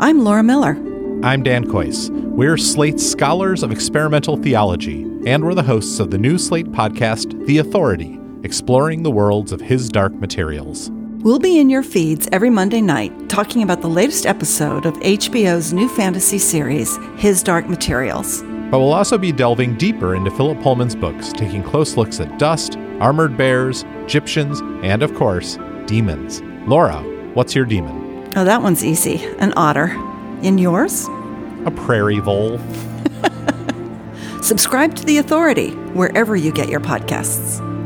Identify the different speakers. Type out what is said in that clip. Speaker 1: I'm Laura Miller.
Speaker 2: I'm Dan Coyce. We're Slate's scholars of experimental theology, and we're the hosts of the new Slate podcast, The Authority, exploring the worlds of his dark materials.
Speaker 1: We'll be in your feeds every Monday night talking about the latest episode of HBO's new fantasy series, His Dark Materials.
Speaker 2: But we'll also be delving deeper into Philip Pullman's books, taking close looks at dust, armored bears, Egyptians, and of course, demons. Laura, what's your demon?
Speaker 1: Oh, that one's easy an otter. In yours?
Speaker 2: A prairie vole.
Speaker 1: Subscribe to The Authority wherever you get your podcasts.